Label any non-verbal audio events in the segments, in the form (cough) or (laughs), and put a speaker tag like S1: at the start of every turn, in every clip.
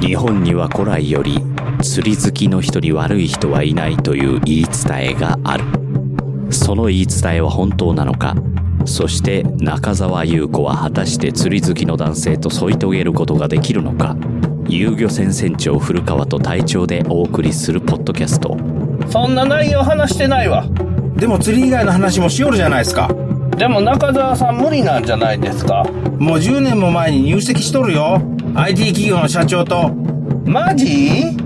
S1: 日本には古来より釣り好きの人に悪い人はいないという言い伝えがあるその言い伝えは本当なのかそして中澤優子は果たして釣り好きの男性と添い遂げることができるのか遊漁船船長古川と隊長でお送りするポッドキャスト
S2: そんな内容話してないわ
S3: でも釣り以外の話もしよるじゃないですか
S2: でも中澤さん無理なんじゃないですか
S3: もう10年も前に入籍しとるよ IT 企業の社長と
S2: マジ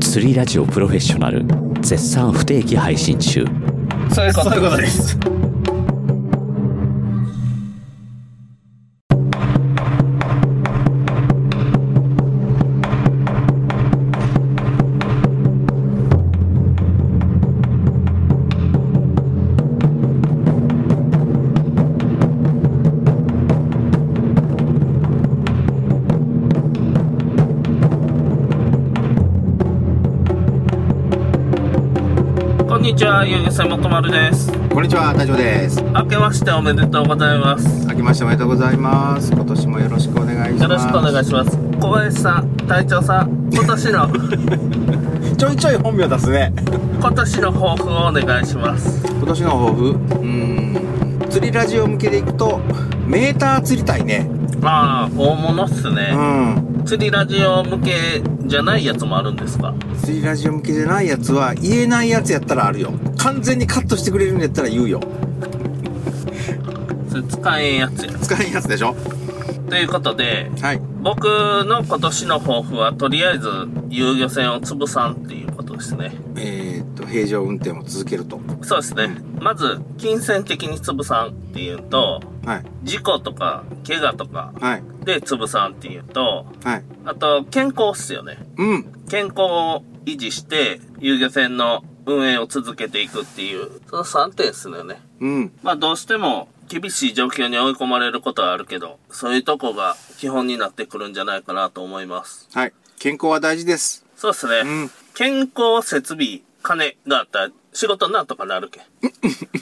S1: 釣りラジオプロフェッショナル絶賛不定期配信中
S2: そういうこ
S3: そういう
S2: と
S3: ことです
S2: こんにちはゆうせもとまるです
S3: こんにちは大丈夫です
S2: 明けましておめでとうございます
S3: 明けましておめでとうございます今年もよろしくお願いします
S2: よろしくお願いします小林さん隊長さん今年
S3: (laughs)
S2: の
S3: ちょいちょい本名出すね
S2: 今年の抱負をお願いします
S3: 今年の抱負うーん釣りラジオ向けでいくとメーター釣りたいね
S2: まあ大物っす
S3: う
S2: ね、
S3: ん
S2: 釣りラジオ向けじゃないやつもあるんですか
S3: 釣りラジオ向けじゃないやつは言えないやつやったらあるよ完全にカットしてくれるんやったら言うよ
S2: それ使えんやつや
S3: 使えんやつでしょ
S2: ということで
S3: はい
S2: 僕の今年の抱負はとりあえず遊漁船を潰さんっていうことですね
S3: えー、っと平常運転を続けると
S2: そうですねまず金銭的に潰さんっていうと
S3: はい
S2: 事故とか怪我とか
S3: はい
S2: で潰さんっていうと
S3: はい
S2: あと健康っすよね
S3: うん
S2: 健康を維持して遊漁船の運営を続けていくっていうその3点っすよね
S3: うん
S2: まあどうしても厳しい状況に追い込まれることはあるけどそういうとこが基本になってくるんじゃないかなと思います
S3: はい健康は大事です
S2: そうですね、
S3: うん
S2: 健康設備金があったら仕事なんとかなるけん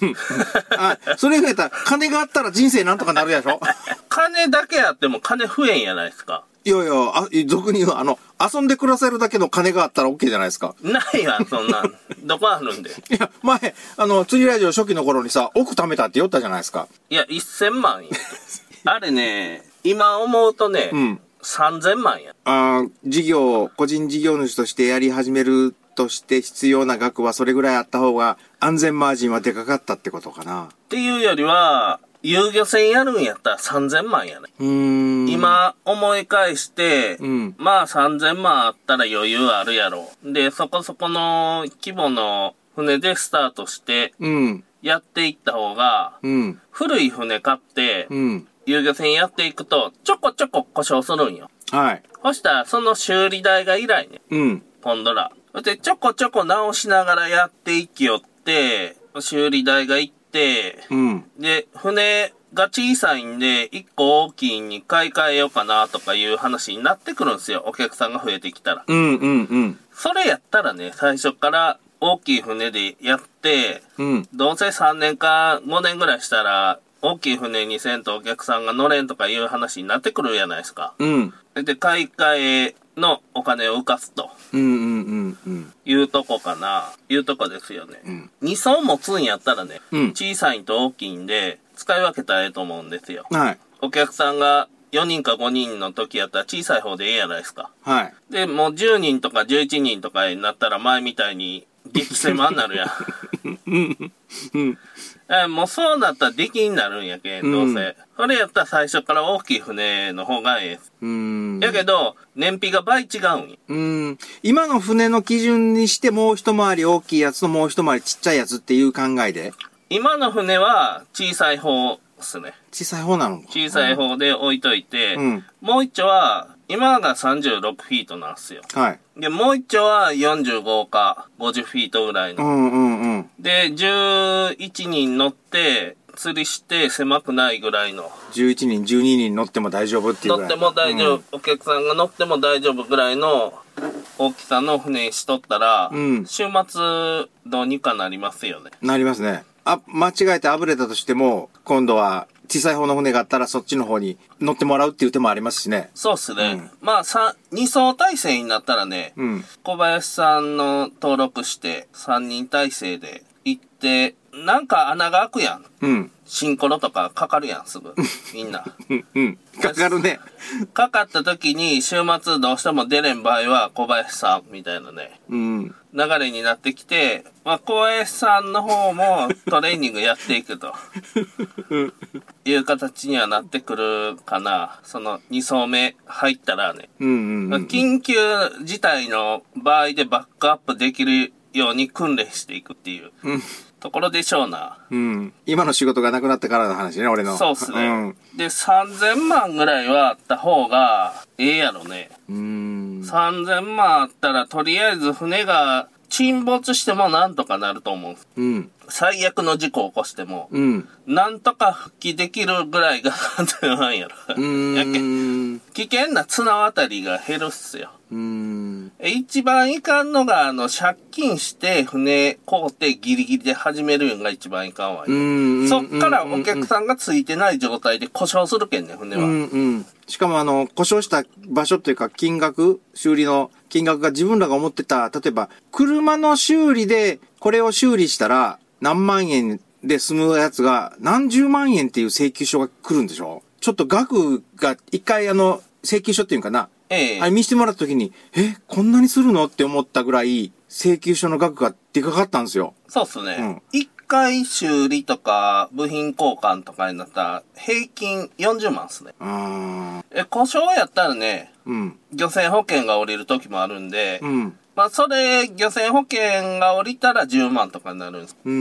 S3: あそれ増えたら金があったら人生なんとかなるやろ
S2: 金だけあっても金増えんやないですか
S3: いやいやあ俗に言うあの遊んで暮らせるだけの金があったら OK じゃないですか
S2: ないわそんなん (laughs) どこあるんで
S3: いや、前、あの、釣りラジオ初期の頃にさ、億貯めたって言ったじゃないですか。
S2: いや1000万やあれね今思うとね、
S3: ん
S2: 3000万や
S3: あー事業、個人事業主としてやり始めるとして必要な額はそれぐらいあった方が、安全マージンはでかかったってことかな。
S2: っていうよりは遊漁船やるんやったら3000万やね
S3: うーん。。
S2: 今思い返して、
S3: うん
S2: まあ3000万あったら余裕あるやろでそこそこの規模の船でスタートして
S3: うん、
S2: やっていった方が、
S3: うん、
S2: 古い船買って、
S3: うん。
S2: 遊漁船やっていくと、ちょこちょこ故障するんよ。
S3: はい。
S2: そしたら、その修理代が以来ね、
S3: うん、
S2: ポンドラ。で、ちょこちょこ直しながらやっていきよって、修理代がいって、
S3: うん。
S2: で、船が小さいんで、一個大きいに買い替えようかなとかいう話になってくるんですよ。お客さんが増えてきたら。
S3: うん、うん、うん。
S2: それやったらね、最初から大きい船でやって、
S3: うん、
S2: どうせ3年か5年ぐらいしたら、大きい船にせんとお客さんが乗れんとかいう話になってくるじゃないですか。
S3: うん、
S2: で、買い替えのお金を浮かすと
S3: うん、うん、うん、うん。
S2: いうとこかな、いうとこですよね。
S3: ん
S2: 2層持つんやったらね、
S3: うん
S2: 小さいんと大きいんで、使い分けたらええと思うんですよ。
S3: はい、
S2: お客さんが4人か5人の時やったら小さい方でええやないですか。
S3: はい。
S2: で、もう10人とか11人とかになったら前みたいに激狭になるやん。えもうそうなったらできになるんやけん、どうせ。
S3: うん
S2: それやったら最初から大きい船の方がええっす。
S3: うーん。
S2: やけど、燃費が倍違うんや。
S3: うん。今の船の基準にしてもう一回り大きいやつともう一回りちっちゃいやつっていう考えで、
S2: 今の船は小さい方っすね。
S3: 小さい方なのか。
S2: 小さい方で置いといて、
S3: うん
S2: もう一丁は、今が36フィートなんすよ。
S3: はい。
S2: で、もう一丁は45か50フィートぐらいの
S3: う。んうんうん。
S2: で、11人乗って、釣りして狭くないぐらいの。
S3: 11人、12人乗っても大丈夫っていうぐ
S2: 乗
S3: ら
S2: っ
S3: い。
S2: ても大丈夫、お客さんが乗っても大丈夫ぐらいの大きさの船にしとったら、
S3: うん
S2: 週末どうにかなりますよね。
S3: うんなりますね。あ、間違えてあぶれたとしても、今度は小さい方の船があったらそっちの方に乗ってもらうっていう手もありますしね。
S2: そうっすね。まあ、三二層体制になったらね、
S3: うん。
S2: 小林さんの登録して、三人体制で行って、なんか穴が開くやん。
S3: うん。
S2: シンコロとかかかるやん、すぐ。み
S3: (laughs)
S2: んな。
S3: うん。うん。かかるね。
S2: かかった時に、週末どうしても出れん場合は、小林さん、みたいなね、
S3: うん。
S2: 流れになってきて、まあ、小林さんの方もトレーニングやっていく
S3: (laughs)
S2: と。いう形にはなってくるかな。その、2層目入ったらね。
S3: うんうんうん。
S2: 緊急事態の場合でバックアップできるように訓練していくっていう
S3: うん。
S2: ところでしょうな。
S3: うん。今の仕事がなくなってからの話ね、俺の。
S2: そうっすね。で、3000万ぐらいはあった方がええやろね。
S3: うん。うーん。
S2: 3000万あったらとりあえず船が沈没してもなんとかなると思う。
S3: うん。
S2: 最悪の事故を起こしても、
S3: うん。
S2: なんとか復帰できるぐらいが3000万やろ。
S3: う
S2: やけん
S3: ーん。
S2: 危険な綱渡りが減るっすよ。
S3: うーん。
S2: 一番いかんのが、あの、借金して船買うてギリギリで始めるのが一番いかんわ
S3: う
S2: よ。
S3: ん
S2: そっからお客さんがついてない状態で故障するけんね、船
S3: う
S2: は。
S3: んうん。しかもあの、故障した場所というか金額、修理の金額が自分らが思ってた、例えば、車の修理でこれを修理したら何万円で済むやつが何十万円っていう請求書が来るんでしょちょっと額が一回あの、請求書っていうんかな。
S2: ええ
S3: あれ見せてもらった時に、え、こんなにするのって思ったぐらい請求書の額がでかかったんですよ。
S2: そうっすね。一、回修理とか部品交換とかになったら平均40万っすね。
S3: うーん。
S2: え、故障やったらね、
S3: うん。
S2: 漁船保険が降りる時もあるんで、
S3: うん。
S2: まあそれ、漁船保険が降りたら10万とかになるんです。
S3: うん。う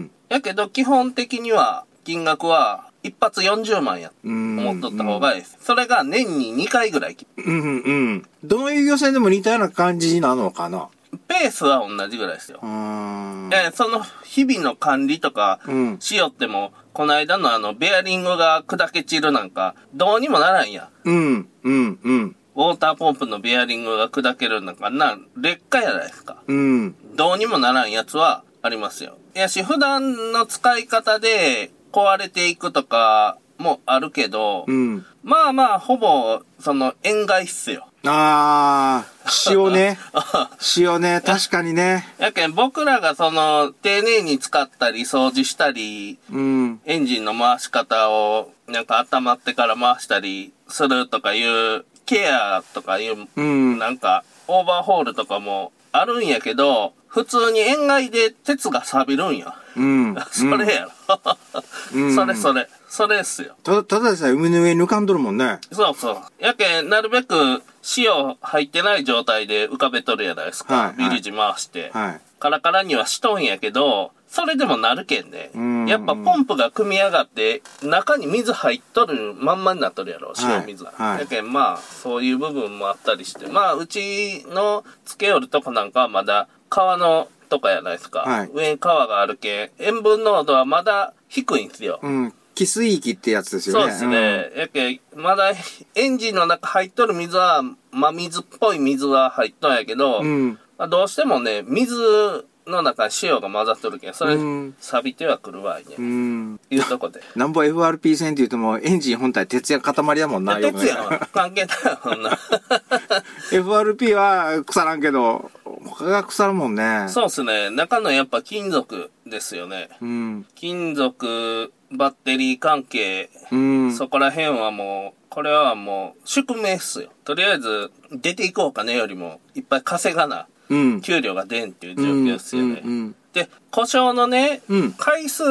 S3: ん。
S2: やけど基本的には金額は一発40万や
S3: うん。うん。
S2: 思っとった方がいいです。それが年に2回ぐらい。ペ
S3: うんうん。どの遊漁船でも似たような感じなのかな
S2: ースは同じぐらいですよ
S3: う。ーん。
S2: え、その日々の管理とか
S3: うん
S2: しよっても、この間のあの、ベアリングが砕け散るなんか、どうにもならんや。
S3: うん、うん、うん、
S2: ウォーターポンプのベアリングが砕けるなんか、な、劣化やないですか。
S3: うん、
S2: どうにもならんやつはありますよ。いやし、普段の使い方で壊れていくとかもあるけど、
S3: うん。
S2: まあまあ、ほぼ、その、円外っすよ。
S3: あー、
S2: (laughs)
S3: 塩ね。塩ね、確かにね。
S2: やけん、僕らがその、丁寧に使ったり、掃除したり、
S3: うん、
S2: エンジンの回し方を、なんか温まってから回したりするとかいう、ケアとかいう、
S3: うん。
S2: なんか、オーバーホールとかもあるんやけど、普通に円外で鉄が錆びるんや。
S3: うん。
S2: それやろ。
S3: う
S2: (laughs)
S3: ん
S2: それそれ。それっすよ。
S3: ただ、ただでさえ海の上に浮かんどるもんね。
S2: そうそう。やけん、なるべく塩入ってない状態で浮かべとるやないですか。
S3: はいはい
S2: ビルジ回して。
S3: はい。
S2: カラカラにはしとんやけど、それでもなるけんね
S3: うん。
S2: やっぱポンプが組み上がって、中に水入っとるまんまになっとるやろ、
S3: はい
S2: 塩水が。
S3: はい
S2: やけんまあ、そういう部分もあったりして。まあ、うちのつけおるとこなんかはまだ川のとかやないですか。
S3: はい
S2: 上に川があるけん、塩分濃度はまだ低いんですよ。
S3: うん。汽水域ってやつですよ
S2: そう
S3: ね。
S2: ですね。やけん、まだエンジンの中入っとる水は、真水っぽい水は入っとんやけど、
S3: うん。うん。
S2: まあ、どうしてもね、水の中に塩が混ざっとるけん、それ
S3: うん、
S2: 錆びてはくるわいね。
S3: うん。
S2: いうとこで。
S3: なんぼ FRP 船って言っても、エンジン本体鉄や塊だもんな。
S2: で鉄や
S3: よくね
S2: ん。関係ないわそん
S3: (laughs)
S2: な。
S3: FRP は腐らんけど、他が腐るもんね。
S2: そうっすね。中のやっぱ金属ですよね。
S3: う。うん。
S2: 金属、バッテリー関係、
S3: うん。
S2: そこら辺はもう、これはもう、宿命っすよ。とりあえず、出ていこうかねよりも、いっぱい稼がな、
S3: うん。
S2: 給料が出んっていう状況っすよね。
S3: うんうん
S2: で、故障のね、
S3: うん
S2: 回数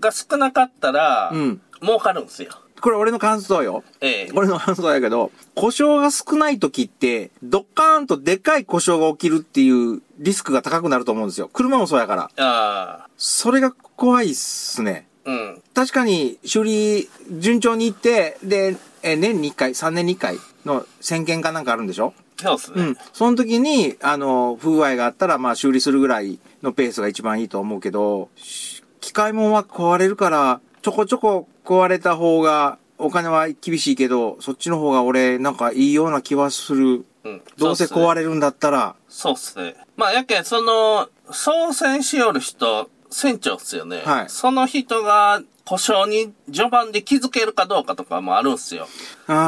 S2: が少なかったら、
S3: うん
S2: 儲かるんですよ。
S3: これ俺の感想よ。
S2: ええ
S3: 俺の感想やけど、故障が少ない時って、ドッカーンとでかい故障が起きるっていうリスクが高くなると思うんですよ。車もそうやから。
S2: ああ、
S3: それが怖いっすね。
S2: うん。
S3: 確かに修理順調に行って、で、え年に1回、3年に1回の宣言かなんかあるんでしょ
S2: そうっす
S3: う
S2: ね。
S3: ん。その時に、あの、不具合があったら、まあ修理するぐらいのペースが一番いいと思うけど、し機械もは壊れるから、ちょこちょこ壊れた方が、お金は厳しいけど、そっちの方が俺、なんかいいような気はする。
S2: うん。
S3: どうせ壊
S2: れ。
S3: れるんだったら、
S2: そうっすね。まあ、やけん、その、操船しよる人船長っすよね。
S3: はい
S2: その人が故障に序盤で気づけるかどうかとかもあるんすよ。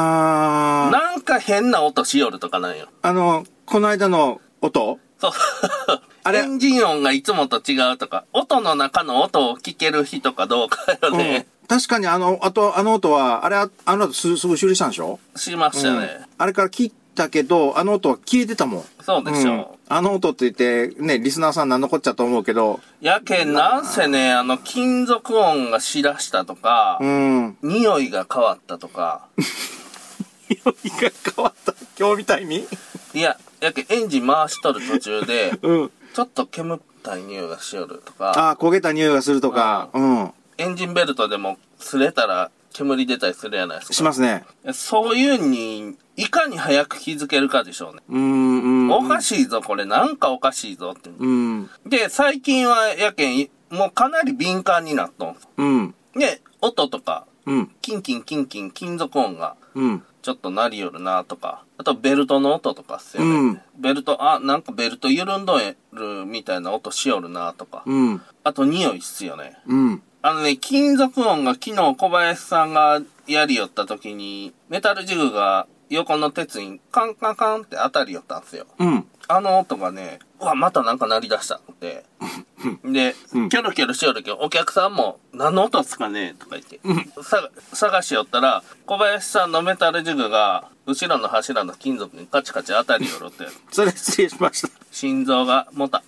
S3: あー、
S2: なんか変な音しよるとかなんよ。
S3: あの、この間の音
S2: そう。
S3: あれ
S2: エンジン音がいつもと違うとか、音の中の音を聞ける人かどうかよね。
S3: うん確かにあの、あと、あの音は、あれ、ああの後すすぐ修理したんでしょ
S2: しましたね。
S3: うんあれから切ったけど、あの音は消えてたもん。
S2: そうでしょう。
S3: うんあの音って言って、ね、リスナーさん何のこっちゃと思うけど、
S2: やけんなんせね、あの、金属音がしだしたとか、
S3: うん。
S2: 匂いが変わったとか、
S3: 匂いが変わった。今日みたいに
S2: いや、やけんエンジン回しとる途中で、
S3: うん。
S2: ちょっと煙ったい匂いがしよるとか、
S3: ああ、焦げた匂いがするとか、うん。
S2: エンジンベルトでも擦れたら煙出たりするやないですか。
S3: しますね。
S2: そういうに、いかに早く気づけるかでしょうね。
S3: うん、うん。
S2: おかしいぞ、これ。なんかおかしいぞって。
S3: うん。
S2: で、最近は、やけん、もうかなり敏感になっとんす。
S3: うん。
S2: で、音とか、
S3: うん。
S2: キンキンキンキン金属音が、
S3: うん。
S2: ちょっとなりよるなとか、あとベルトの音とかっすよね。
S3: うん
S2: ベルト、あ、なんかベルト緩んどるみたいな音しよるなとか、
S3: うん。
S2: あと匂いっすよね。
S3: うん。
S2: あのね、金属音が昨日小林さんがやりよった時に、メタルジグが横の鉄にカンカンカンって当たりよったんすよ。
S3: うん。
S2: あの音がね、うわ、またなんか鳴り出した
S3: (laughs)
S2: って。で、
S3: うん
S2: キョロキョロしよるけど、お客さんも、何の音っすかねとか言って、さ探しよったら、小林さんのメタルジグが、後ろの柱の金属にカチカチ当たりよるって、
S3: それ失礼しました。
S2: 心臓がもた、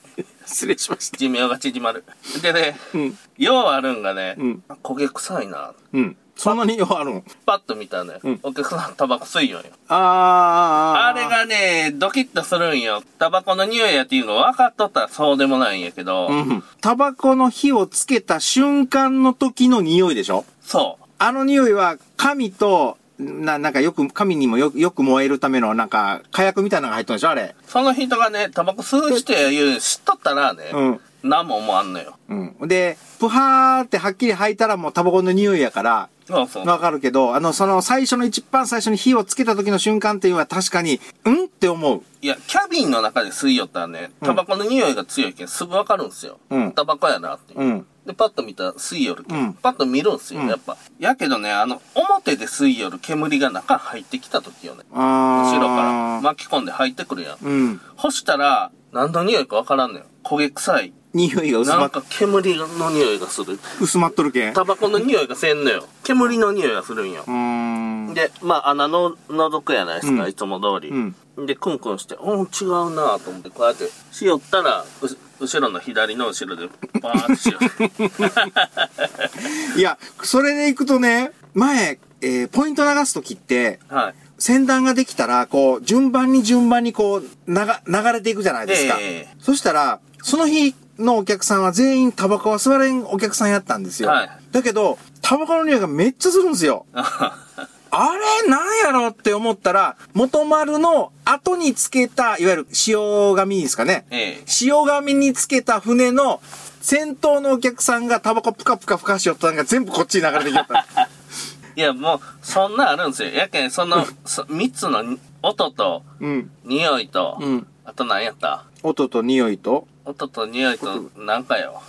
S3: 失礼しました。
S2: 寿命が縮まる。でね、
S3: うん。
S2: ようあるんがね、
S3: うん
S2: 焦げ臭いな。
S3: うん。そんなによあるん
S2: パッと見たらね、
S3: うん
S2: お客さんタバコ吸いよんよ。
S3: ああ。
S2: あれ。がね、ドキッとするんよ。タバコの匂いやっていうの分かっとったらそうでもないんやけど、
S3: うん。タバコの火をつけた瞬間の時の匂いでしょ
S2: そう。
S3: あの匂いは、神と、な、なんかよく、神にもよよく燃えるための、なんか、火薬みたいなのが入ったんでしょあれ。
S2: その人がね、タバコ吸う人や言う知っとったらね、
S3: うん。
S2: 何も思わんのよ。
S3: うん。で、プハーってはっきり吐いたらもうタバコの匂いやから、
S2: そうそう。
S3: わかるけど、あの、その最初の一番最初に火をつけた時の瞬間っていうのは確かに、うんって思う。
S2: いや、キャビンの中で吸いよったらね、
S3: うん
S2: タバコの匂いが強いけんすぐわかるんすよ。
S3: うん
S2: タバコやなって。
S3: うん。
S2: で、パッと見たら吸いよるけん、
S3: うん
S2: パッと見るんすよ、
S3: うん
S2: やっぱ。やけどね、あの、表で吸いよる煙が中入ってきた時よね。
S3: あー。
S2: 後ろから巻き込んで入ってくるやん。
S3: うん。
S2: 干したら、何の匂いかわからんのよ。焦げ臭い。
S3: 匂いが薄
S2: な
S3: ま
S2: ん
S3: っ、
S2: か煙の匂いがする。
S3: 薄まっとるけん。う
S2: タバコの匂いがせんのよ。煙の匂いがするんよ。
S3: ーん。
S2: で、まあ、穴の、覗くやないですか、
S3: うん
S2: いつも通り。
S3: うん。
S2: で、クンクンして、うん、違うなと思って、こうやって、しよったら、うし後ろの左の後ろで、バーってしよる。
S3: (laughs) いや、それで行くとね、前、えーポイント流す時って、
S2: はい。
S3: 先端ができたら、こう、順番に順番にこう、流、流れていくじゃないですか。
S2: ええ
S3: そしたら、その日のお客さんは全員タバコは吸われんお客さんやったんですよ。
S2: はい
S3: だけど、タバコの匂いがめっちゃするんですよ。あれなんやろって思ったら、元丸の後につけた、いわゆる塩紙ですかね。
S2: ええ
S3: 塩紙につけた船の先頭のお客さんがタバコプカプカふかしよったのが全部こっちに流れてきち
S2: (laughs)
S3: ゃった。
S2: いや、もう、そんなんあるんですよ。やけん、その、そ3つのに音と、
S3: うん。
S2: 匂いと、
S3: うん
S2: あと何やった
S3: 音と匂いと、
S2: 音と匂いと、なんかよ。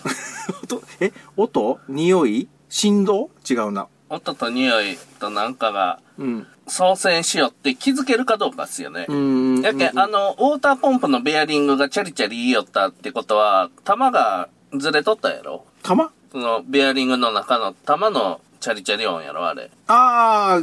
S3: 音、え、音匂い振動違うな。
S2: 音と匂いとなんかが、
S3: うん。
S2: 操船しよって気づけるかどうかっすよね。
S3: うん。
S2: やけん、あの、ウォーターポンプのベアリングがチャリチャリ言いよったってことは、玉がずれとったやろ
S3: 玉
S2: その、ベアリングの中の玉のチャリチャリ音やろあれ。
S3: ああ、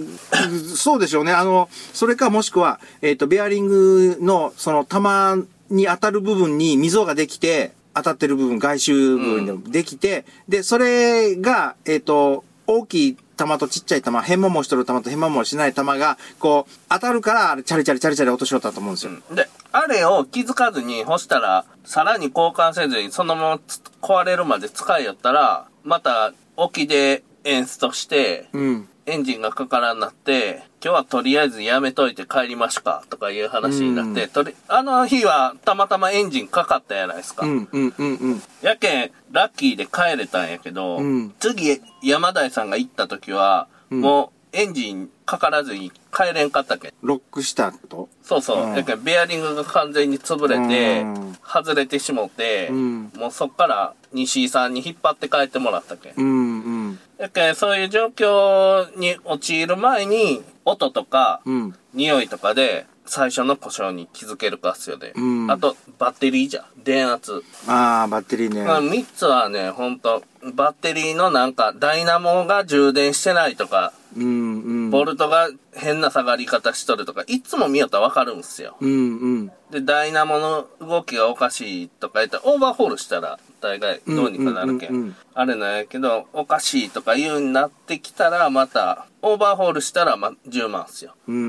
S3: そうでしょうね。あの、それかもしくは、えっ、と、ベアリングの、その、玉に当たる部分に溝ができて、当たってる部分、外周部分でもできて、で、それが、えっ、と、大きい玉とちっちゃい玉、変ももしとる玉と変ももしない玉が、こう、当たるから、あれチャリチャリチャリチャリ落としよったと思うんですよ。
S2: で、あれを気づかずに干したら、さらに交換せずにそのままつ壊れるまで使いよったら、また、沖で演出として、
S3: うん。
S2: エンジンがかからんなって、今日はとりあえずやめといて帰りましょうか、とかいう話になって、とり、あの日はたまたまエンジンかかったやないですか。
S3: うん、うん、うん、うん。
S2: やけん、ラッキーで帰れたんやけど、
S3: うん
S2: 次、山台さんが行った時は、
S3: うん
S2: もエンジンかからずに帰れんかったけん。
S3: ロックしたと
S2: そうそう。
S3: うん
S2: だけどベアリングが完全に潰れて
S3: うん、
S2: 外れてしもって、
S3: うん
S2: もうそっから西井さんに引っ張って帰ってもらったけん。
S3: うんうん
S2: だけどそういう状況に陥る前に、音とか、
S3: うん
S2: 匂いとかで、最初の故障に気づけるかっすよね。
S3: うん
S2: あと、バッテリーじゃん。電圧。
S3: ああバッテリーね、
S2: まあ、3つはね、ほんと、バッテリーのなんか、ダイナモが充電してないとか、
S3: うんうん
S2: ボルトが変な下がり方しとるとか、いつも見よったらわかるんすよ。
S3: うんうん
S2: で、ダイナモの動きがおかしいとか言ったら、オーバーホールしたら、大概どうにかなるけ
S3: うんうんうんうん
S2: ん。あれなんやけど、おかしいとか言うようになってきたら、また、オーバーホールしたら、ま、10万っすよ。
S3: うんうんう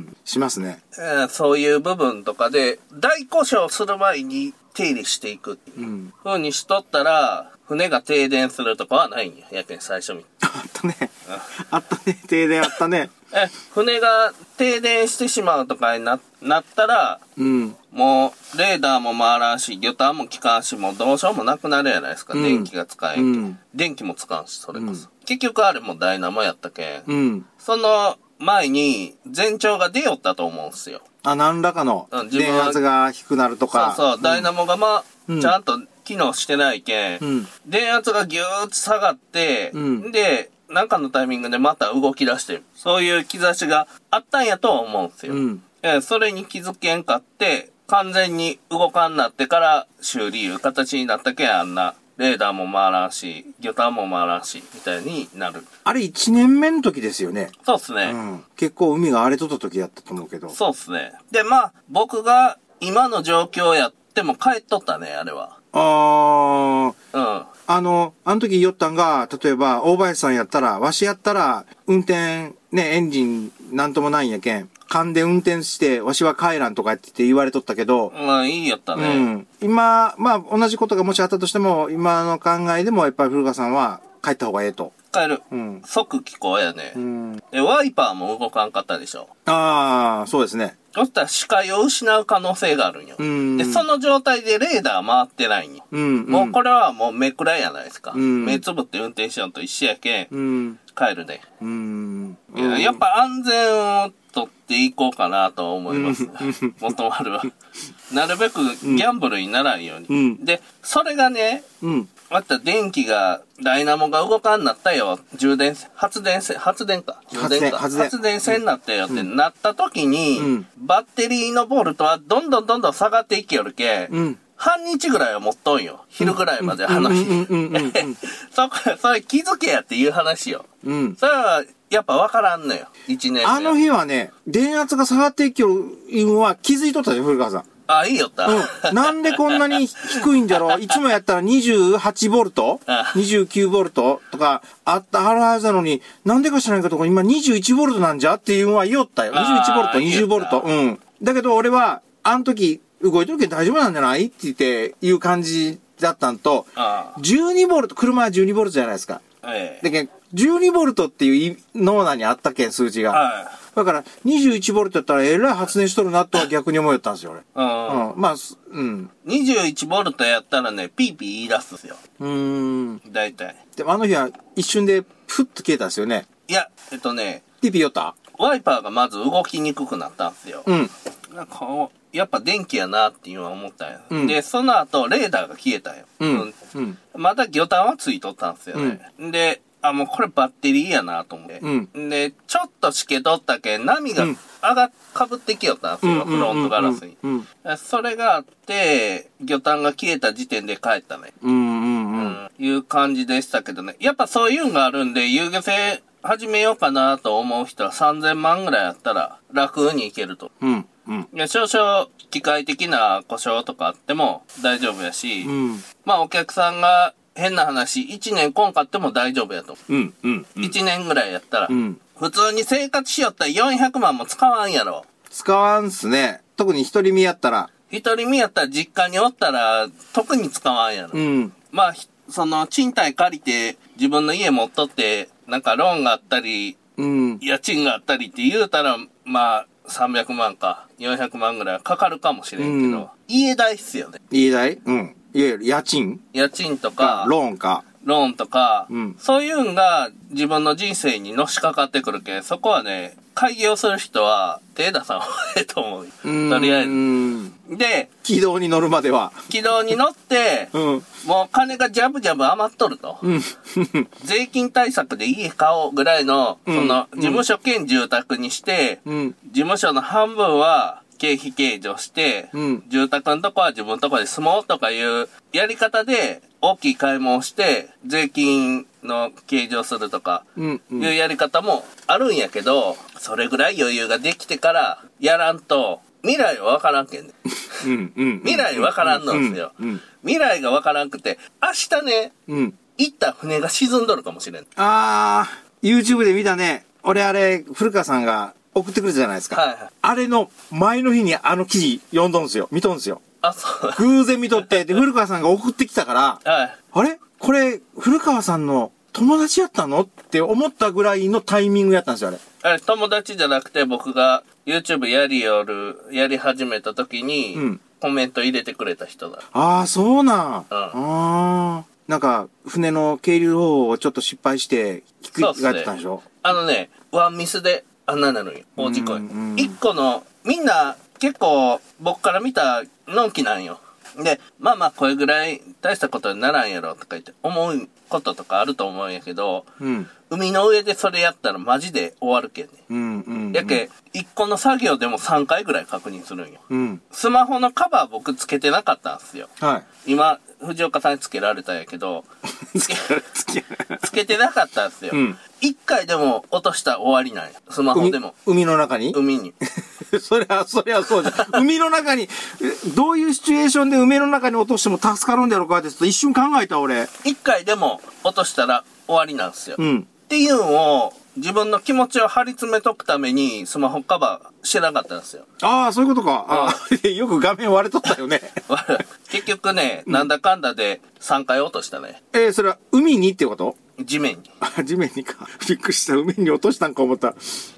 S3: んしますね
S2: うんそういう部分とかで、大故障する前に手入れしていくっていう
S3: うん (laughs)
S2: 風にしとったら、船が停電するとかはないんや。やけん最初に。
S3: あったねあったね停電あったね
S2: え、船が停電してしまうとかにななったら、
S3: うん
S2: もう、レーダーも回らんし、魚探も効かんし、もうどうしようもなくなるやないですか。
S3: うん
S2: 電気が使えんけん、
S3: うん
S2: 電気も使うんし、それこそ。結局あれもダイナモやったけん。
S3: うん
S2: その前に、前兆が出よったと思うんすよ。
S3: あ何らかの
S2: うん自分
S3: 電
S2: は
S3: 圧が低くなると
S2: そう
S3: か
S2: そう、ダイナモがま、
S3: うん
S2: ちゃんと機能してないけん、
S3: うん
S2: 電圧がぎゅーっと下がって、
S3: うん
S2: で、なんかのタイミングでまた動き出してる。そういう兆しがあったんやとは思うんですよ。
S3: うん
S2: えそれに気づけんかって、完全に動かんなってから修理いう形になったけん、あんな。レーダーも回らんし、魚探も回らんし、みたいになる。
S3: あれ1年目の時ですよね、
S2: そうっすね。
S3: うん、結構海が荒れとった時だったと思うけど
S2: そうっすね。で、まあ、僕が今の状況やっても帰っとったね、あれは。
S3: ああ
S2: うん。
S3: あの、あの時言おったんが、例えば、大林さんやったら、わしやったら、運転、ね、エンジン、なんともないんやけん。勘で運転して、わしは帰らんとかって言われとったけど、
S2: まあ、いいやった
S3: う
S2: ね。
S3: ん。今、まあ、同じことがもしあったとしても、今の考えでも、やっぱり古川さんは、帰った方がええと。
S2: 帰る。
S3: うん。
S2: 即帰行やね
S3: う。ん。
S2: で、ワイパーも動かんかったでしょ。
S3: ああ、そうですね。
S2: そしたら視界を失う可能性があるんよ。
S3: うん。
S2: で、その状態でレーダー回ってないんよ。
S3: うん、うん。
S2: もうこれはもう目くらいやないですか。
S3: うん
S2: 目つぶって運転しようと一緒やけん、
S3: うん。
S2: 帰るね。
S3: うん。
S2: いややっぱ安全をとっていこうかなとは思います。 (laughs) 元丸は。なるべくギャンブルにならんように。
S3: うん
S2: で、それがね、
S3: うん。
S2: また電気が、ダイナモが動かんなったよ。充電せ、発電せ、発電か。
S3: 発
S2: 充
S3: 電
S2: か
S3: 発電
S2: 発電せんなったよってなった時に、
S3: うん
S2: バッテリーのボルトはどんどんどんどん下がっていきよるけ、
S3: うん。
S2: 半日ぐらいは持っとんよ。昼ぐらいまで話。
S3: うんうんうんうんうん
S2: そこ、それ気づけやっていう話よ。
S3: うん。
S2: それは、やっぱ分からんのよ。一年で。
S3: あの日はね、電圧が下がっていきよるのは気づいとったよ、古川さん。
S2: (laughs) あ、いいよった。
S3: うん。なんでこんなに低いんじゃろ
S2: (laughs)
S3: ういつもやったら28ボルト
S2: あ
S3: ?29 ボルトとかあったあるはずなのに、なんでか知らんけど、今21ボルトなんじゃっていうのは言おったよ。
S2: あ
S3: 21ボルト、
S2: ー言
S3: 20
S2: お
S3: ボ
S2: っ
S3: ル
S2: た
S3: ト。うん。だけど俺は、あの時動いとるけど大丈夫なんじゃないって言って、いう感じだったんと、
S2: あ
S3: 12ボルト、車は12ボルトじゃないですか。
S2: あ、ええ。
S3: だけど12ボルトっていうい脳内にあったけん、数字が。
S2: は
S3: だから、21ボルトやったらえらい発電しとるなとは逆に思いよったんですよ、俺。
S2: い。うん。
S3: うん。まあ、すうん。
S2: 21ボルトやったらね、ピーピー言い出すんですよ。
S3: うーん。
S2: 大体。
S3: でもあの日は一瞬でふっと消えたんですよね。
S2: いや、えっとね、
S3: ピピヨタ
S2: ワイパーがまず動きにくくなったんですよ。
S3: うん。
S2: なんかこうやっぱ電気やなっていうのは思ったんや。
S3: うん
S2: で、その後、レーダーが消えたんよ。
S3: うん。うん。
S2: また魚探はついとったんですよね。で、あ、もうこれバッテリーやなと思って。
S3: う
S2: で、ちょっとしけとったけん、波が
S3: う
S2: 上
S3: ん
S2: がっ、かぶってきよったんですよ、フロントガラスに。
S3: うん。
S2: それがあって、魚探が消えた時点で帰ったね。
S3: うんうん
S2: う
S3: うん。
S2: ん、いう感じでしたけどね。やっぱそういうのがあるんで、遊漁船始めようかなと思う人は3000万ぐらいあったら楽にいけると。
S3: うん。うん。
S2: いや、少々機械的な故障とかあっても大丈夫やし、
S3: うん。
S2: まあお客さんが変な話、1年来んかっても大丈夫やと。
S3: うん。うん。
S2: 1年ぐらいやったら。
S3: うん。
S2: 普通に生活しよったら400万も使わんやろ。
S3: 使わんっすね。特に一人身やったら。
S2: 一人身やったら実家におったら特に使わんやろ。
S3: うん。
S2: まあ、ひその、賃貸借りて、自分の家持っとって、なんかローンがあったり、
S3: うん。
S2: 家賃があったりって言うたら、まあ、300万か400万ぐらいはかかるかもしれんけど、
S3: うん
S2: 家代っすよね。
S3: いいだいうん。いわゆる家賃
S2: 家賃と
S3: か
S2: か、、
S3: ローンか。
S2: ローンとか、
S3: うん
S2: そういうんが自分の人生にのしかかってくるけん、そこはね、開業する人は手出さん方がええと思う。とりあえ
S3: う
S2: ず。
S3: ーん
S2: で、
S3: 軌道に乗るまでは。
S2: 軌道に乗って、
S3: うん。
S2: もう金がジャブジャブ余っとると。
S3: うん。
S2: 税金対策でいい買おうぐらいの、
S3: ん
S2: その、
S3: うん
S2: 事務所兼住宅にして、
S3: うん。
S2: 事務所の半分は経費計上して、
S3: うん
S2: 住宅のとこは自分のとこで住もうとかいうやり方で、大きい買い物をして、税金の計上するとか、
S3: うん。う。
S2: いうんやり方もあるんやけど、それぐらい余裕ができてからやらんと、未来はわからんけんね。
S3: うん。うん。
S2: 未来わからんのんすよ
S3: うん。
S2: 未来がわからんくて、明日ね、
S3: うんうん。
S2: 行った船が沈んどるかもしれん。
S3: あー、YouTube で見たね。俺あれ、古川さんが送ってくれたじゃないですか。
S2: はいはい
S3: あれの前の日にあの記事読んどんすよ。見とんすよ。
S2: あ、そう。
S3: 偶然見とって、で、古川さんが送ってきたから、
S2: はい。
S3: あれこれ、古川さんの友達やったのって思ったぐらいのタイミングやったんですよ、あれ。
S2: あれ、友達じゃなくて僕が YouTube やりよる、やり始めた時に、
S3: うん
S2: コメント入れてくれた人だ。
S3: ああ、そうなん。ああー。なんか、船の渓流方法をちょっと失敗して、ひっくり返ってたんでしょ
S2: あのね、ワンミスで、あんななのよ。大事故
S3: うんうん。
S2: 一個の、みんな結構僕から見たのんきなんよ。で、まあまあこれぐらい大したことにならんやろとか言って思うこととかあると思うんやけど、
S3: うん。
S2: 海の上でそれやったらマジで終わるけんね。
S3: うん、うん。
S2: やけ、一個の作業でも3回ぐらい確認するんよ。
S3: うん。
S2: スマホのカバー僕つけてなかったんすよ。
S3: は
S2: 今、藤岡さんにつけられたんやけど、
S3: い。
S2: つけ、
S3: (laughs) 付き合い
S2: つけてなかったんですよ
S3: うん。
S2: 一、回でも落としたら終わりなんや。スマホでも。
S3: 海海の中に
S2: 海に。
S3: (laughs) そりゃ、そりゃそうじゃん。 (laughs) 海の中に、えどういうシチュエーションで海の中に落としても助かるんだろうかって、ちょっと一瞬考えた、俺。
S2: 一回でも落としたら終わりなんですよ。
S3: う
S2: っ
S3: ん。
S2: ていうのを、自分の気持ちを張り詰めとくために、スマホカバーしてなかったんですよ。 (laughs)
S3: ああ、そういうことか。ああ、 (laughs) よく画面割れとったよね。 (laughs)
S2: 結局ね、なんだかんだで3回落としたね。
S3: えー、それは海にってこと (laughs)
S2: 地面に。
S3: あ、地面にか。びっくりした。海に落としたんか思った。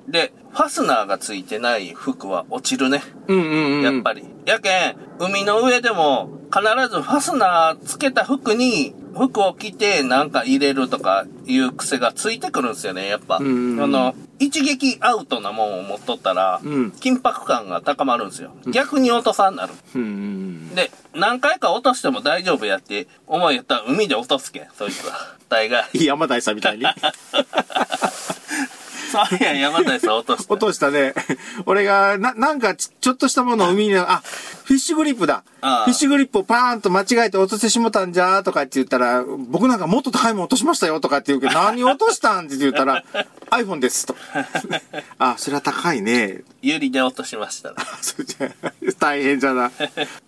S2: で、ファスナーがついてない服は落ちるね。
S3: うんうんうん。
S2: やっぱり。やけん、海の上でも必ずファスナーつけた服に、服を着てなんか入れるとかいう癖がついてくるんですよね、やっぱ。あ
S3: んうんうん
S2: の、一撃アウトなもんを持っとったら、
S3: うん
S2: 緊迫感が高まるんですよ。逆に落とさんなる。
S3: うんうん
S2: で、何回か落としても大丈夫やって思いやったら海で落とすけん、そいつは。大
S3: (laughs)
S2: 概。
S3: うん。山大さんみたいに。
S2: そういや、山谷さん落とした。
S3: 落としたね。 (laughs) 俺が、な、なんかち、ちょっとしたものを海に、あ、フィッシュグリップだ。フ
S2: ああ
S3: ィッシュグリップをパーンと間違えて落としてしもたんじゃーとかって言ったら、僕なんかもっと高いもん落としましたよとかって言うけど、
S2: (laughs)
S3: 何落としたんって言ったら、iPhone ですと。あ、それは高いね。 (laughs)
S2: ユリで落としましたね。
S3: それじゃ、大変じゃな。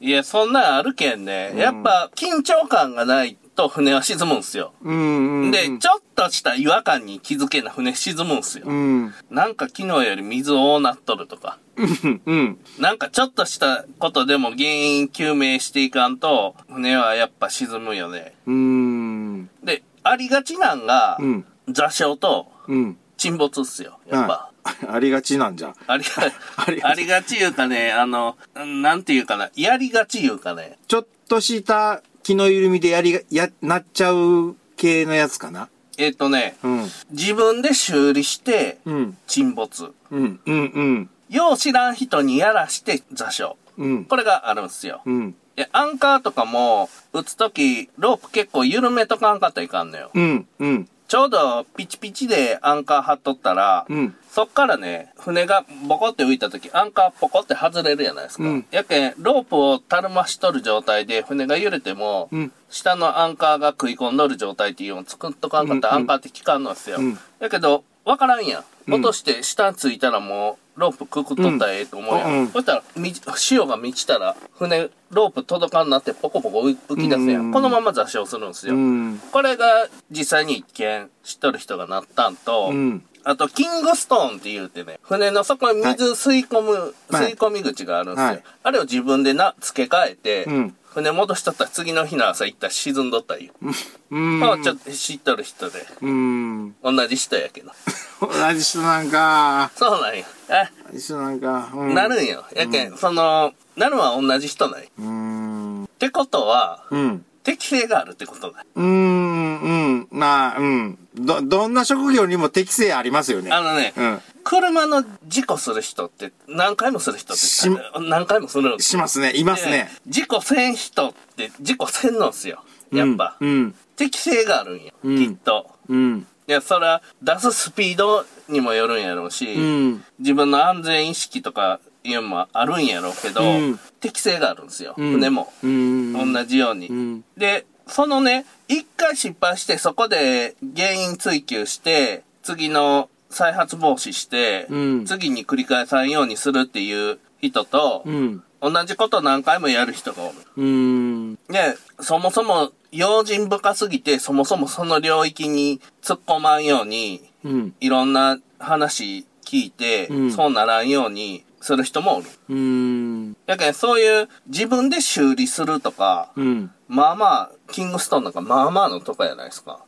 S2: いや、そんなんあるけんね。やっぱ、緊張感がないと船は沈むんすよ。
S3: うんうんうん。
S2: で、ちょっとした違和感に気づけな船沈むんすよ
S3: う。ん。
S2: なんか昨日より水多なっとるとか。
S3: うんうん。
S2: なんかちょっとしたことでも原因究明していかんと、船はやっぱ沈むよね。
S3: うん。
S2: で、ありがちなんが
S3: うん、
S2: 座礁と
S3: うん。
S2: 沈没っすよ。やっぱ。
S3: はい。ありがちなんじゃ。
S2: ありが、
S3: (laughs) ありがち
S2: ありがちいうかね、あの、うんなんていうかな、やりがちいうかね。
S3: ちょっとした気の緩みでやりが、や、なっちゃう系のやつかな。
S2: えっ、とね、
S3: うん。
S2: 自分で修理して
S3: うん。
S2: 沈没。
S3: うん。うん。うん。
S2: よう知らん人にやらして座礁。
S3: うん。
S2: これがあるんすよ。
S3: うん。
S2: で、アンカーとかも、打つとき、ロープ結構緩めとかんかったらいかんのよ。
S3: うん。うん。
S2: ちょうどピチピチでアンカー張っとったら、
S3: うん
S2: そっからね、船がボコって浮いたとき、アンカーポコって外れるじゃないですか。
S3: うん
S2: やけん、ロープをたるましとる状態で、船が揺れても、
S3: うん
S2: 下のアンカーが食い込んどる状態っていうのを作っとかんかったら、
S3: うん
S2: アンカーって効かんのですよ。
S3: うん
S2: やけど、わからんやん。落として下ついたらもう、ロープくくっとったらええと思うやん。
S3: うんうん
S2: そしたら、み潮が満ちたら、船、ロープ届かんなってポコポコ浮き出すやん。
S3: うん
S2: このまま座礁するんですよ。
S3: うん。
S2: これが実際に一見知っとる人がなったんと、
S3: うん。
S2: あと、キングストーンって言うてね、船の底に水吸い込む、
S3: は
S2: 吸
S3: い
S2: い込み口があるんですよ。
S3: はい
S2: あれを自分でな、付け替えて、
S3: うん
S2: 船戻しとったら次の日の朝行ったら沈んどったいう。
S3: うん。
S2: まあちょっと知っとる人で、
S3: うん。
S2: 同じ人やけど。 (laughs)
S3: 同じ人なんか。
S2: そうなんや。あ、
S3: 同じ人なんか。うん、
S2: なるんよ。やけん、その、なるは同じ人ない。っ
S3: うーん。
S2: てことは、
S3: うん。
S2: 適性があるってことだ。
S3: うーん。ん、うん、まあ、うん。ど、どんな職業にも適性ありますよね。
S2: あのね、
S3: うん
S2: 車の事故する人って何回もする人って
S3: し
S2: 何回もするんです
S3: しますね、いますね。
S2: 事故せん人って事故せんのんすよ。やっぱ。
S3: うん、
S2: 適性があるんや、
S3: うん
S2: きっと。
S3: うん、
S2: いや、それは出すスピードにもよるんやろうし、
S3: うん
S2: 自分の安全意識とかいうのもあるんやろうけど、
S3: うん
S2: 適性があるんですよ。
S3: うん。
S2: 船も、
S3: うん。
S2: 同じように。
S3: うん
S2: で、そのね、一回失敗してそこで原因追求して、次の再発防止して、
S3: うん
S2: 次に繰り返さんようにするっていう人と、
S3: うん。
S2: 同じこと何回もやる人がおる。
S3: うん。
S2: ね、そもそも用心深すぎて、そもそもその領域に突っ込まんように、
S3: うん。
S2: いろんな話聞いて、
S3: うん
S2: そうならんようにする人もおる。
S3: うん。
S2: だけどそういう自分で修理するとか、
S3: うん。
S2: まあまあ、キングストーンなんかまあまあのとこやないですか。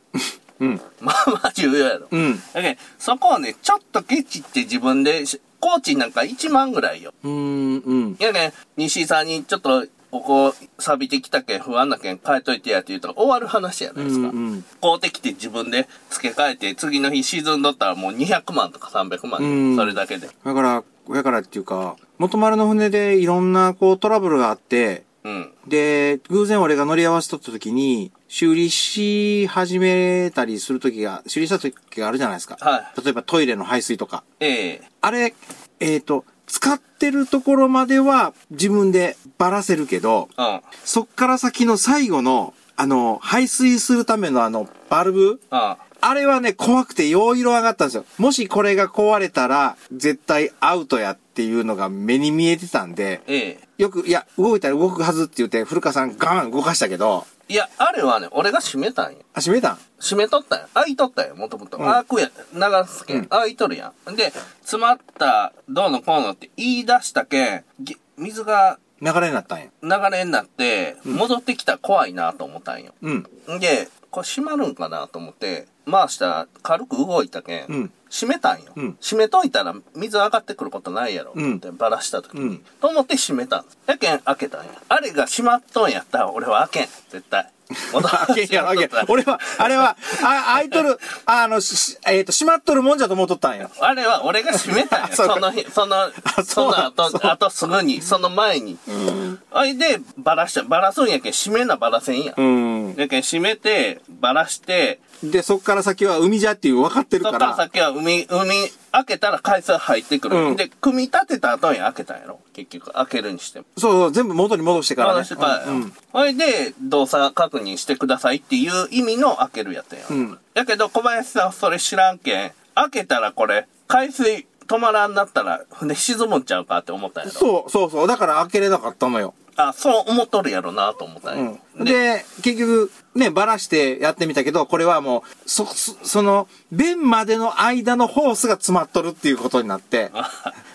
S3: うん。
S2: まあまあ重要やろ。
S3: うん。
S2: だけどそこをね、ちょっとケチって自分でし、コーチなんか1万ぐらいよ。
S3: うん。うん。
S2: いやね、西井さんにちょっと、ここ、錆びてきたけん、不安なけん、変えといてやって言うと終わる話やないですか。
S3: うん。
S2: 買うてきて自分で付け替えて、次の日沈んどったらもう200万とか300万、
S3: うん
S2: それだけで。
S3: だから、だからっていうか、元丸の船でいろんなこうトラブルがあって、
S2: うん。
S3: で、偶然俺が乗り合わせとった時に、修理し始めたりする時が、修理した時があるじゃないですか。
S2: は
S3: 例えばトイレの排水とか。
S2: ええ
S3: あれ、えっ、と、使ってるところまでは自分でばらせるけど、
S2: うん。
S3: そっから先の最後の、あの、排水するためのあの、バルブ
S2: うん。
S3: あれはね、怖くて陽色上がったんですよ。もしこれが壊れたら、絶対アウトやっていうのが目に見えてたんで、
S2: ええ
S3: よく、いや、動いたら動くはずって言って、古川さんガーン動かしたけど、
S2: いや、あれはね、俺が閉めたんよ。
S3: あ、閉めたん
S2: 閉めとったんよ。開いとったんよ、もともと。
S3: うん
S2: 開くやん。流すけ
S3: うん
S2: ん。開いとるやん。で、詰まった、どうのこうのって言い出したけん、ぎ水が
S3: 流れになったんや。
S2: 流れになって、戻ってきたら怖いなと思ったんよ。
S3: うん。
S2: で、これ閉まるんかなと思って、回したら軽く動いたけん、
S3: うん
S2: 閉めたんよ、
S3: うん
S2: 閉めといたら水上がってくることないやろ、
S3: うん
S2: ってばらした時に、
S3: うん
S2: と思って閉めたんです。やけん開けたんや。あれが閉まっとんやったら俺は開けん、絶
S3: (laughs)
S2: 対。戻らん
S3: 開けんやろ、開
S2: (laughs)
S3: けん
S2: 閉まっとったら
S3: 俺は、あれは、あ、開いとる、ああの、しえっ、と、閉まっとるもんじゃと思っとったんや。
S2: あれは俺が閉めたん
S3: (laughs) あ
S2: や。
S3: そう
S2: そ
S3: か
S2: の日、その、
S3: あ
S2: そ
S3: そう
S2: の後、あとすぐに、その前に。あいで、ばらした、ばらすんやけん、閉めなばらせんや。
S3: うん。
S2: やけん閉めて、ばらして、
S3: で、そっから先は海じゃっていう分かってる
S2: そ
S3: か
S2: っから
S3: ら、
S2: 先は海、海、開けたら海水入ってくる。
S3: うん
S2: で、組み立てた後に開けたんやろ。結局、開けるにしても。
S3: そうそう、全部元に戻してからね。
S2: 話してからやろ。
S3: うんうん
S2: ほいで、動作確認してくださいっていう意味の開けるやったんやろ。
S3: うん
S2: だけど、小林さんそれ知らんけん、開けたらこれ、海水止まらんなったら、船沈むんちゃうかって思ったんやろ。
S3: そう、そうそう。だから開けれなかったのよ。
S2: あ、そう思っとるやろなと思ったんや。
S3: うん、で、結局、ね、ばらしてやってみたけど、これはもう、そ、そその、弁までの間のホースが詰まっとるっていうことになって、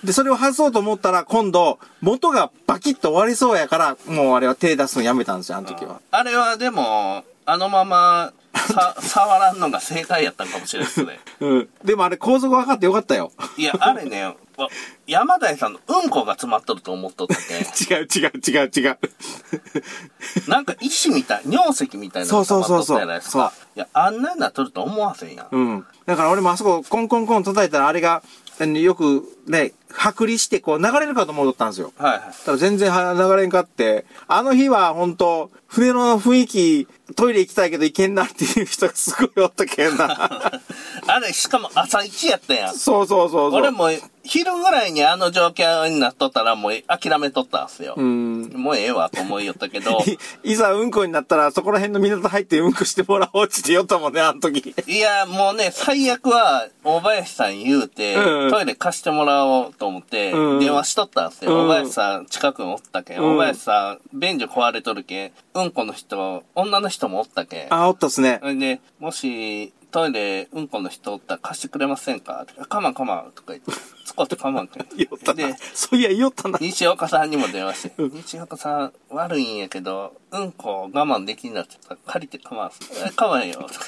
S3: で、それを外そうと思ったら、今度、元がバキッと終わりそうやから、もうあれは手出すのやめたんですよ、あの時は。
S2: (laughs) あれはでも、あのまま、
S3: (laughs)
S2: さ、触らんのが正解やったんかもしれないですね。
S3: うん。でもあれ、構造が分かってよかったよ。
S2: いや、あれね、わ山田さんのうんこが詰まっとると思っとったけ
S3: (laughs) 違う違う違う違う。
S2: ん、なんか石みたい、尿石みたいなのが
S3: そ
S2: 詰
S3: うそ
S2: まっとっ
S3: うそうそう
S2: たじゃないですか。いや、あんなになっとると思わせんやん。
S3: うん。だから俺もあそこ、コンコンコン叩いたら、あれが、あのよく、ね、剥離して、こう、流れるかと思ったんですよ。
S2: はいはい。
S3: ただ全然は流れんかって、あの日は本当船の雰囲気、トイレ行きたいけど行けんなっていう人がすごいおったけん
S2: (laughs)
S3: な。
S2: あれ、しかも朝一やったやん。
S3: そうそうそうそう。
S2: 俺。も昼ぐらいにあの状況になっとったらもう諦めとったんすよ。
S3: うん。
S2: もうええわと思いよったけど。
S3: (laughs) いいざうんこになったら、そこら辺の港入ってうんこしてもらおうって言おったもんね、あ
S2: (laughs)
S3: の時。
S2: いや、もうね、最悪は、大林さん言うて、
S3: うん
S2: トイレ貸してもらおうと思って、
S3: うん
S2: 電話しとったんですよ。
S3: うん
S2: 大林さん、近くにおったけん。
S3: うん
S2: 大林さん、便所壊れとるけん。うんこの人、女の人もおったけん。
S3: あ、おったっすね
S2: そ。れで、もし、トイレ、うんこの人おったら貸してくれませんかかまんかまんとか言っ
S3: (laughs)
S2: て、つこってかまんけん。
S3: 言おった
S2: で
S3: な。、そういや、言おったな。
S2: 西岡さんにも電話して、西岡さん悪いんやけど、うんこ我慢できんなって言ったら借りてかまんす。えかまんよ。とか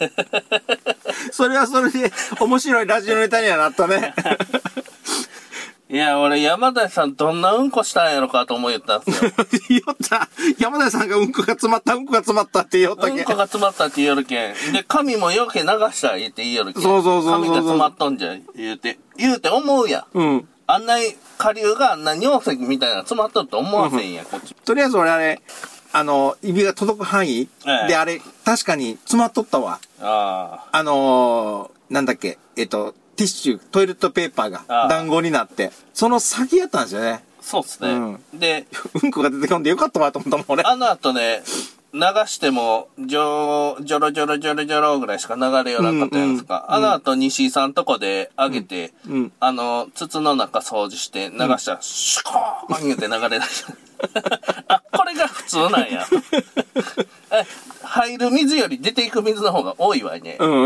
S2: (laughs)
S3: それはそれで、面白いラジオネタにはなったね。
S2: いや、俺、山田さんどんなうんこしたんやろかと思いよったん
S3: (laughs)
S2: ですよ。
S3: 言おった。山田さんがうんこが詰まった、うんこが詰まったって言おった
S2: う
S3: け。
S2: んこが詰まったって言いよるけん。で、髪もよけ流した言って言いよるけん。
S3: そうそうそうそうそ
S2: 髪
S3: う
S2: が詰まっとんじゃ、言うて。言うて思うやん。
S3: うん。
S2: あんな下流があんな尿石みたいなの詰まっとると思わせんやん、こっち。
S3: とりあえず俺あれ、あの、指が届く範囲、
S2: ええ
S3: であれ、確かに詰まっとったわ。
S2: あ
S3: あのー、なんだっけ、えっと、ティッシュ、トイレットペーパー
S2: あ
S3: が
S2: あ
S3: 団子になって、その先やったんですよね。 (laughs)
S2: あ、そうっすね。
S3: う
S2: で、
S3: うんこが出てこんでよかったわと思ったもん、俺。
S2: あの後ね、流しても、じょ、じょろじょろじょろじょろぐらいしか流れよなかったやんですか。
S3: うんうん
S2: あの後、西井さんとこで上げて、
S3: うん。
S2: あの、筒の中掃除して流したら、シュコーン言って流れ出した。 (laughs) あ、これが普通なん
S3: (laughs)
S2: や。え入る水より出ていく水の方が多いわいね。
S3: うんうんう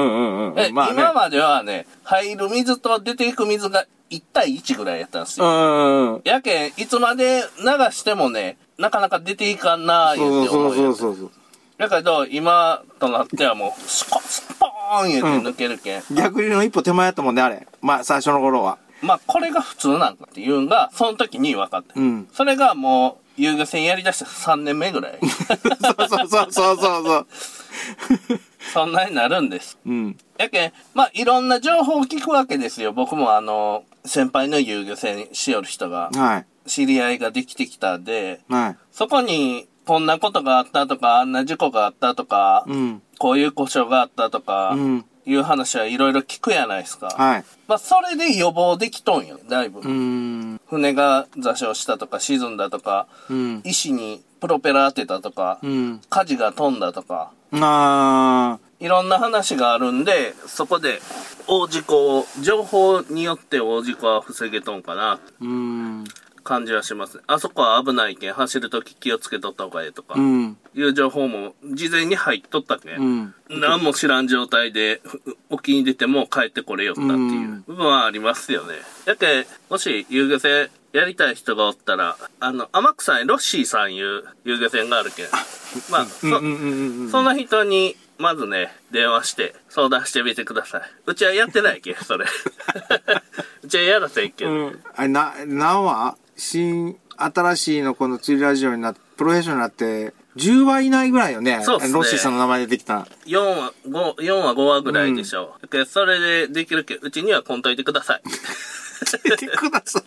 S3: んう
S2: え
S3: ん。まあね。
S2: 今まではね、入る水と出ていく水が1対1ぐらいやったんですよ。
S3: うんうんうん。
S2: やけん、いつまで流してもね、なかなか出ていかんなー言
S3: そうう
S2: て思う
S3: そ
S2: や
S3: うんそうそうそう。
S2: だけど、今となってはもう、スコスポーン言って抜けるけん。
S3: 逆流の一歩手前やったもんね、あれ。まあ、最初の頃
S2: (laughs)
S3: は。
S2: まあ、これが普通なんだっていうんが、その時に分かって。
S3: うん
S2: それがもう、遊漁船やりだして3年目ぐ
S3: (laughs)
S2: らい。
S3: そうそうそうそうそうそう。
S2: そんなになるんです。
S3: うん。
S2: やけん、まあ、いろんな情報を聞くわけですよ。僕もあの、先輩の遊漁船しよる人が、
S3: はい。
S2: 知り合いができてきたんで、
S3: はい。
S2: そこに、こんなことがあったとか、あんな事故があったとか、
S3: うん。
S2: こういう故障があったとか、
S3: うん
S2: いう話はいろいろ聞くやないですか。
S3: はい。
S2: まあ、それで予防できとんよ、だいぶ。
S3: うん。
S2: 船が座礁したとか沈んだとか、
S3: うん。
S2: 石にプロペラ当てたとか、
S3: うん。
S2: 火事が飛んだとか、
S3: あ
S2: いろんな話があるんで、そこで大事故を、情報によって大事故は防げとんかな、
S3: ー。うん。
S2: 感じはしますね。あそこは危ないけん、走るとき気をつけとった方がええとか
S3: う、ん。
S2: いう情報も事前に入っとったけ。
S3: うんん。
S2: 何も知らん状態で、ふ沖に出ても帰ってこれよったっていう部分はありますよね。やけ、もし遊漁船やりたい人がおったら、あの、天草にロッシーさんいう遊漁船があるけん。まあ、そ
S3: うんうんうんうん。
S2: そんな人に、まずね、電話して、相談してみてください。うちはやってないけん、そ
S3: (laughs)
S2: れ。うちはやらせんけん。
S3: うんあれ、な、何話新、新しいのこの釣りラジオになって、プロフェッショナルになって、10話以内ぐらいよね。
S2: そうっすね
S3: ロッシーさんの名前出てき
S2: (laughs)
S3: た。
S2: 4話、5、4話、5話ぐらいでしょう。だからそれでできるけん、うちにはこんといてください。
S3: 出てください。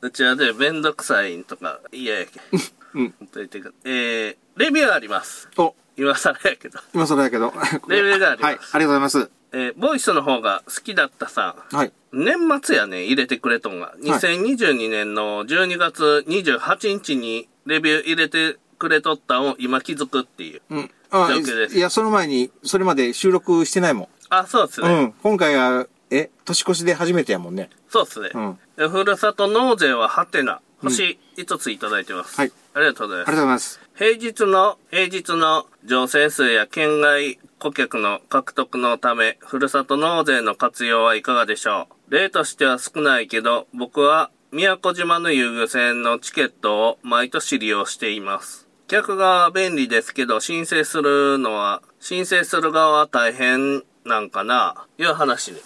S2: うちはね、めんどくさいんとか嫌やけん。
S3: (laughs) うん
S2: ほんといてくえー、レビューあります。
S3: お、
S2: 今更やけど。
S3: 今それだけど。
S2: レベルがあります
S3: はい、ありがとうございます。
S2: えー、ボイスの方が好きだったさん。
S3: はい。
S2: 年末やね、入れてくれとんが。2022年の12月28日にレビュー入れてくれとったんを今気づくっていう。
S3: うん。あ
S2: 了解です
S3: いや、その前に、それまで収録してないもん。
S2: あ、そうっすね。
S3: うん。今回は、え、年越しで初めてやもんね。
S2: そうっすね。
S3: うん
S2: でふるさと納税はハテナ。星5ついただいてます。
S3: はい。
S2: ありがとうござい
S3: ありがと
S2: ま
S3: う
S2: す。
S3: ございます。
S2: 平日の、平日の乗船数や県外顧客の獲得のため、ふるさと納税の活用はいかがでしょう例としては少ないけど、僕は宮古島の遊漁船のチケットを毎年利用しています。客側は便利ですけど、申請するのは、申請する側は大変なんかな、いう話に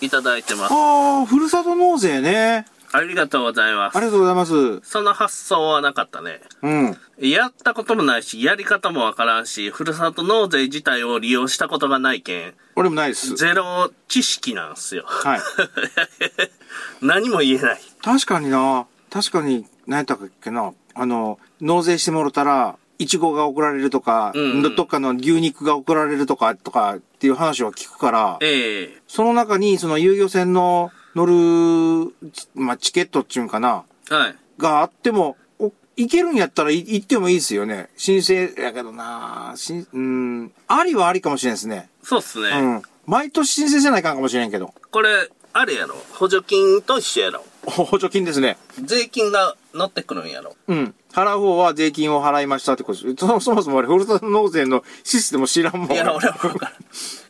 S2: いただいてます。
S3: ああ、ふるさと納税ね。
S2: ありがとうございま
S3: あ
S2: す
S3: り。がとうございます。う
S2: その発想はなかったね。
S3: ん。
S2: やったこともないし、やり方もわからんし、ふるさと納税自体を利用したことがないけん、
S3: 俺もないです。
S2: ゼロ知識なんすよ。 (laughs)
S3: はい。
S2: 何も言えない。
S3: 確かにな。確かに、何やったっけな。あの、納税してもろたら、いちごが送られるとか、
S2: うんうん
S3: どどっかの牛肉が送られるとか、とかっていう話は聞くから、
S2: ええ
S3: その中に、その遊漁船の乗る、ちまあ、チケットっていうんかな、
S2: はい。
S3: があっても、お行けるんやったらい行ってもいいですよね。申請やけどなしん、うん、ありはありかもしれんですね。
S2: そうっすね。
S3: うん。毎年申請せないかんかもしれんけど。
S2: これ、あれやろ。補助金と一緒やろ。
S3: 補助金ですね。
S2: 税金が乗ってくるんやろ。
S3: うん。払う方は税金を払いましたってことです。そそもそも俺、ふるさと納税のシステム知らんもん。
S2: いや、俺は分 (laughs) からん。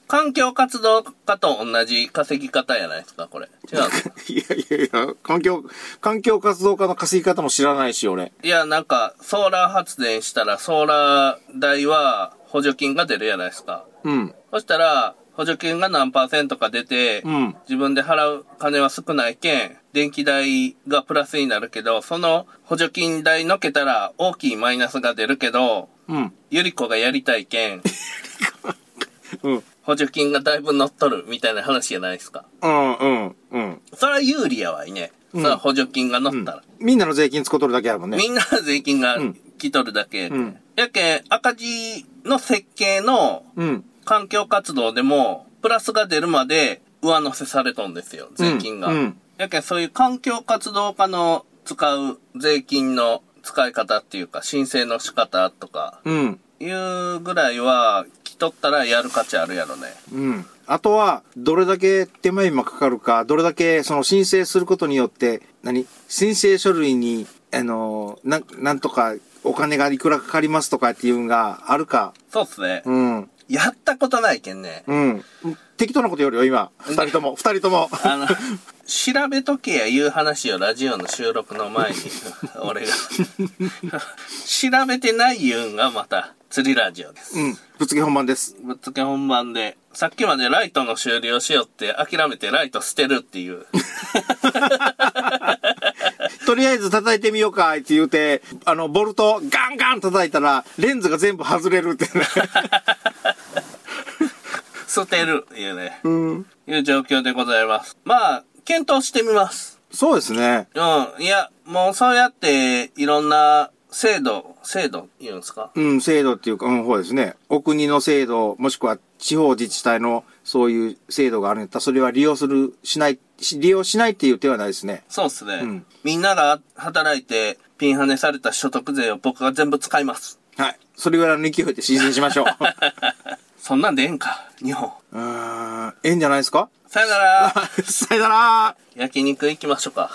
S2: 環境活動家と同じ稼ぎ方やないですか、これ。 (laughs) 違う。
S3: いやいやいや、環境、環境活動家の稼ぎ方も知らないし、俺。
S2: いや、なんか、ソーラー発電したら、ソーラー代は補助金が出るやないですか。
S3: うん。
S2: そしたら、補助金が何パーセントか出て、
S3: うん
S2: 自分で払う金は少ないけん、電気代がプラスになるけど、その補助金代のけたら大きいマイナスが出るけど、
S3: うん。
S2: ゆり子がやりたいけ
S3: (laughs)
S2: ん、
S3: うん。
S2: 補助金がだいぶ乗っとるみたいな話じゃないですか。
S3: うん。うん。うん。
S2: それは有利やわいね。それは補助金が乗ったら。
S3: みんなの税金使うとるだけやもんね。
S2: みんな税金が来とるだけ。
S3: うん
S2: やけん、赤字の設計の
S3: うん。
S2: 環境活動でも、プラスが出るまで上乗せされとんですよ、税金が。
S3: うんうん
S2: やけん、そういう環境活動家の使う税金の使い方っていうか、申請の仕方とか、
S3: うん。
S2: いうぐらいは、来とったらやる価値あるやろね。
S3: うん。あとは、どれだけ手間暇かかるか、どれだけその申請することによって、何申請書類に、あのー、なん、なんとかお金がいくらかかりますとかっていうのがあるか。
S2: そうっすね。
S3: うん。
S2: やったことないけんね。
S3: うん。適当なことよりよ、今。二人 (laughs) とも、二人とも。
S2: あの、調べとけやいう話をラジオの収録の前に、俺が。調べてない言うんがまた、釣りラジオです。
S3: うん。ぶっつけ本番です。
S2: ぶっつけ本番で、さっきまでライトの修理をしよって諦めてライト捨てるっていう。
S3: とりあえず叩いてみようかって言うて、あの、ボルトガンガン叩いたら、レンズが全部外れるってね。
S2: 捨てるっていうね、
S3: うん。
S2: いう状況でございます。まあ、検討してみます。
S3: そうですね。
S2: うん。いや、もうそうやって、いろんな制度、制度言うんですか
S3: うん、制度っていうか、うん、そうですね。お国の制度、もしくは地方自治体のそういう制度があるんだったら、それは利用する、しない、し利用しないっていう手はないですね。
S2: そうっすね、
S3: ん
S2: みんなが働いて、ピンハネされた所得税を僕が全部使います。
S3: はい。それぐらいの勢いで申請しま
S2: (laughs)
S3: しょう。
S2: そんなんでええんか、日本。
S3: うーん、ええんじゃないですか
S2: (laughs) さよなら
S3: さよなら
S2: 焼肉行きましょうか。